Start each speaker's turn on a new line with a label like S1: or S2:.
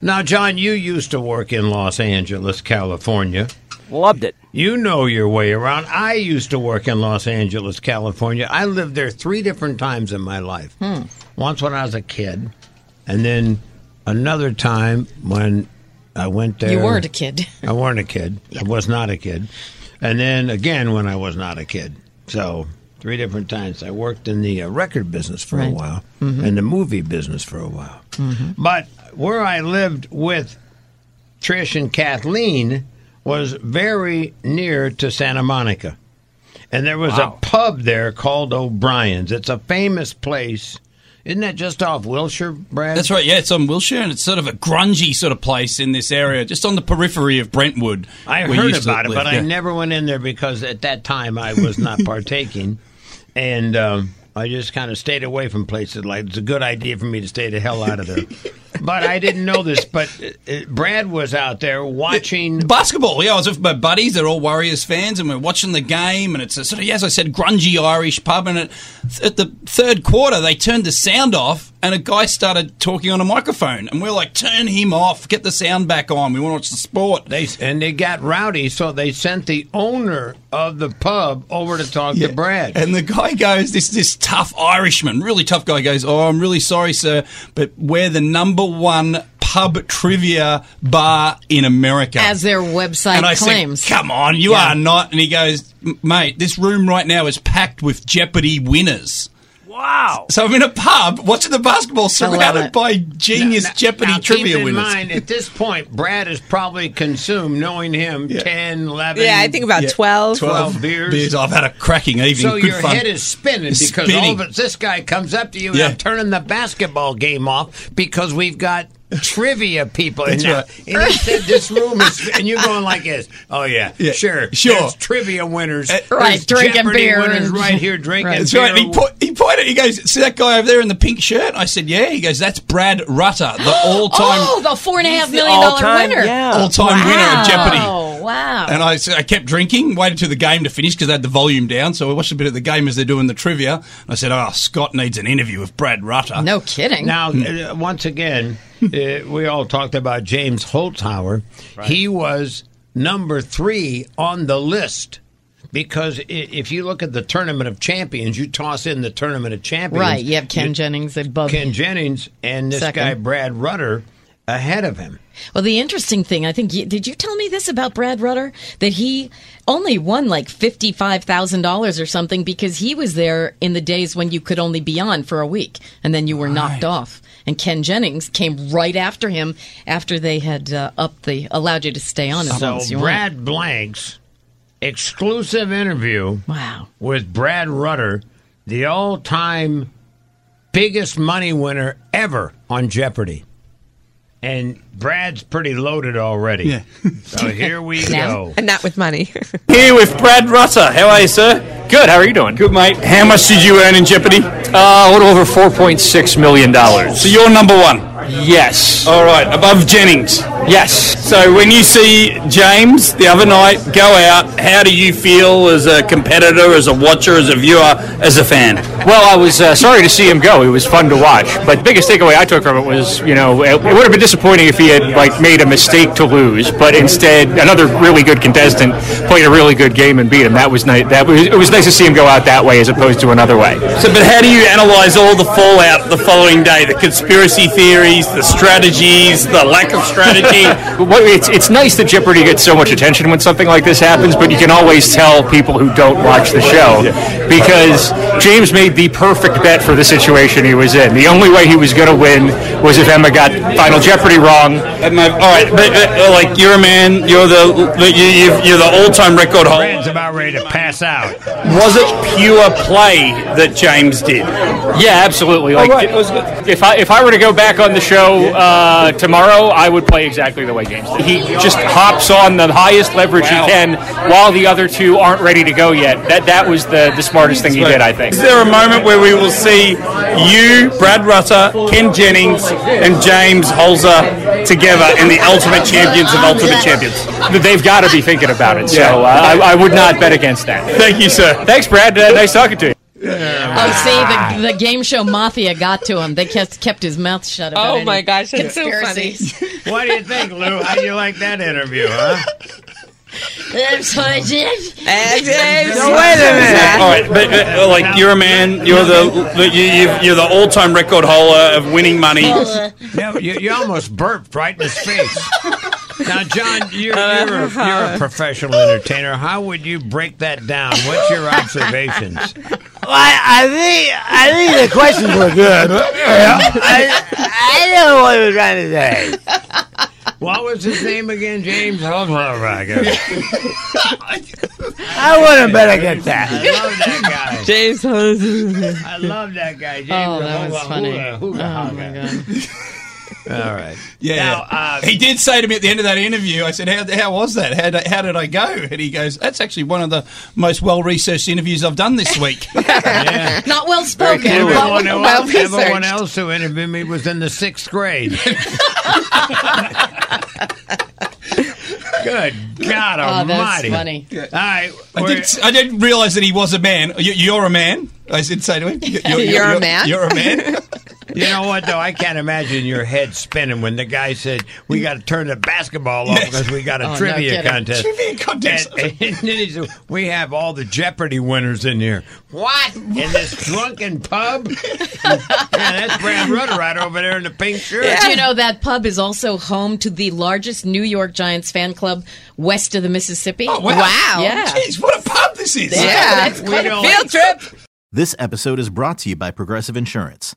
S1: Now, John, you used to work in Los Angeles, California.
S2: Loved it.
S1: You know your way around. I used to work in Los Angeles, California. I lived there three different times in my life. Once when I was a kid, and then another time when I went there.
S3: You weren't a kid.
S1: I weren't a kid. I was not a kid. And then again when I was not a kid. So three different times. I worked in the uh, record business for a
S3: Right.
S1: while and the movie business for a while. But where I lived with Trish and Kathleen was very near to Santa Monica. And there was
S2: Wow.
S1: a pub there called O'Brien's. It's a famous place. Isn't that just off Wilshire, Brad?
S4: That's right. Yeah, it's on Wilshire, and it's sort of a grungy sort of place in this area, just on the periphery of Brentwood.
S1: I
S4: where you
S1: heard
S4: used to
S1: about it,
S4: live.
S1: but I
S4: Yeah.
S1: never went in there because at that time I was not partaking, and um, I just kind of stayed away from places. Like it's a good idea for me to stay the hell out of there. but I didn't know this. But uh, uh, Brad was out there watching.
S4: Basketball, yeah. I was with my buddies; they're all Warriors fans, and we're watching the game. And it's a sort of, yeah, as I said, grungy Irish pub. And at, at the third quarter, they turned the sound off, and a guy started talking on a microphone. And we're like, "Turn him off! Get the sound back on! We want to watch the sport."
S1: They and they got rowdy, so they sent the owner of the pub over to talk to Brad.
S4: And the guy goes, this this tough Irishman, really tough guy goes, "Oh, I'm really sorry, sir, but we're the number one pub trivia bar in America."
S3: As their website
S4: and I
S3: claims.
S4: said, "Come on, you
S3: Yeah.
S4: are not." And he goes, "M- "Mate, this room right now is packed with Jeopardy winners."
S2: Wow.
S4: So I'm in a pub watching the basketball
S3: love
S4: surrounded
S3: it.
S4: by genius
S1: Now-
S4: Jeopardy
S1: now keep
S4: trivia
S1: in
S4: winners.
S1: mind, at this point, Brad has probably consumed, knowing him, ten, eleven. 10, 11.
S5: Yeah, I think about 12.
S1: 12 beers.
S4: I've had a cracking evening.
S1: So
S4: Good
S1: your
S4: fun.
S1: head is spinning
S4: It's
S1: because all
S4: spinning.
S1: of it, this guy comes up to you and
S4: Yeah.
S1: I'm turning the basketball game off because we've got trivia people in
S4: That's
S1: there.
S4: right.
S1: And he said this room is, and you're going like this. Oh yeah,
S4: Yeah,
S1: sure,
S4: sure. Uh,
S1: There's trivia winners,
S3: right,
S1: There's
S3: drinking
S1: Jeopardy
S3: beer
S1: winners
S3: and-
S1: right here drinking
S3: Right.
S4: That's
S1: beer.
S4: right. And he, po- he pointed. He goes, "See that guy over there in the pink shirt?" I said, "Yeah." He goes, "That's Brad Rutter, the all-time,
S3: oh, the four and a half
S5: the
S3: million dollar
S5: all-time-
S3: winner.
S5: yeah.
S4: all-time winner of Jeopardy."
S3: Oh, wow.
S4: And I, so I kept drinking, waited till the game to finish because they had the volume down. So I watched a bit of the game as they're doing the trivia. And I said, "Oh, Scott needs an interview with Brad Rutter."
S3: no kidding.
S1: Now, uh, once again, uh, we all talked about James Holzhauer. He was number three on the list because i- if you look at the Tournament of Champions, you toss in the Tournament of Champions.
S3: right, you have Ken
S1: you-
S3: Jennings above
S1: Ken Jennings and this
S3: Second.
S1: guy Brad Rutter ahead of him.
S3: Well, the interesting thing, I think, you- did you tell me this about Brad Rutter? That he only won like $55,000 or something because he was there in the days when you could only be on for a week and then you were knocked off. And Ken Jennings came right after him after they had uh, up the, allowed you to stay on as long
S1: So
S3: as you
S1: Brad Blank's exclusive interview
S3: wanted. Wow.
S1: with Brad Rutter, the all-time biggest money winner ever on Jeopardy. And Brad's pretty loaded already.
S4: Yeah.
S1: so here we
S3: Now?
S1: go.
S5: And not with money.
S2: Here with Brad Rutter. How are you, sir? Good. How are you doing? Good, mate. How much did you earn in Jeopardy? Uh, a little over four point six million dollars.
S4: So you're number one.
S2: Yes.
S4: All right, above Jennings.
S2: Yes. So when you see James the other night go out, how do you feel as a competitor, as a watcher, as a viewer, as a fan? Well, I was uh, sorry to see him go. It was fun to watch. But biggest takeaway I took from it was, you know, it, it would have been disappointing if he had like made a mistake to lose, but instead another really good contestant played a really good game and beat him. That was nice. That was, it was nice to see him go out that way as opposed to another way. So, but how do you analyze all the fallout the following day? The conspiracy theories, the strategies, the lack of strategy. well, it's it's nice that Jeopardy gets so much attention when something like this happens, but you can always tell people who don't watch the show because James made the perfect bet for the situation he was in. The only way he was going to win was if Emma got Final Jeopardy wrong. all right, but, uh, like you're a man, you're the you, you've, you're the all-time record holder.
S1: Brad's about ready to pass out.
S2: Was it pure play that James did? Yeah, absolutely. Like, if I if I were to go back on the show uh, tomorrow, I would play exactly the way James did. He just hops on the highest leverage he can while the other two aren't ready to go yet. That that was the, the smartest thing he did, I think.
S6: Is there a moment where we will see you, Brad Rutter, Ken Jennings, and James Holzer together in the Ultimate Champions of Ultimate Champions?
S2: They've got to be thinking about it. So
S6: Yeah.
S2: uh, I, I would not bet against that.
S6: Thank you, sir.
S2: Thanks, Brad. Uh, nice talking to you.
S3: Oh, see, the, the game show mafia got to him. They kept kept his mouth shut. About
S5: Oh
S3: any
S5: my gosh, that's so funny.
S3: conspiracies.
S1: What do you think, Lou? How do you like that interview, huh?
S3: I'm sorry, James.
S6: All right, but uh, like you're a man, you're the the- you, you've, you're the all-time record holder of winning money.
S1: No, you, you almost burped right in his face. Now, John, you're, you're, a, you're a
S3: Uh-huh.
S1: professional entertainer. How would you break that down? What's your observations?
S7: Well, I, I think I think the questions were good. I, I know what we're trying to say.
S1: What was his name again, James? Hold on, I guess.
S7: I wouldn't bet against
S1: I
S7: that.
S1: love that guy.
S5: James
S1: I love that guy. James
S3: Oh, that was
S1: Hula-
S3: funny.
S1: hula-
S3: Oh
S1: hula
S3: my
S1: hugger.
S3: god.
S1: All right.
S4: Yeah.
S1: Now, uh,
S4: he did say to me at the end of that interview, I said, How, how was that? How, did- how did I go? And he goes, That's actually one of the most well researched interviews I've done this week.
S1: yeah.
S3: Not well spoken.
S1: Everyone,
S3: Well,
S1: else,
S3: well
S1: everyone
S3: researched.
S1: else who interviewed me was in the sixth grade. Good God
S3: Oh, that's
S1: Almighty!
S3: funny.
S1: All right,
S4: I
S1: we're-
S4: didn't, I didn't realize that he was a man. You, you're a man. I did say to him, "You- You're,
S5: You're a man?
S4: You're a man.
S1: you know what though? I can't imagine your head spinning when the guy said, "We got to turn the basketball off
S4: Yes.
S1: because we got a
S3: no
S1: trivia
S3: kidding.
S1: contest."
S4: Trivia contest.
S1: And, and then he said, "We have all the Jeopardy winners in here." What in this drunken pub? Man, that's Brad Rutter right over there in the pink shirt.
S3: Do you know that pub is also home to the largest New York Giants fan club west of the Mississippi?
S4: Oh, wow.
S5: Wow.
S3: Yeah.
S4: Jeez, what a pub this is.
S5: Yeah.
S3: That's
S1: We don't-
S5: Field trip.
S8: This episode is brought to you by Progressive Insurance.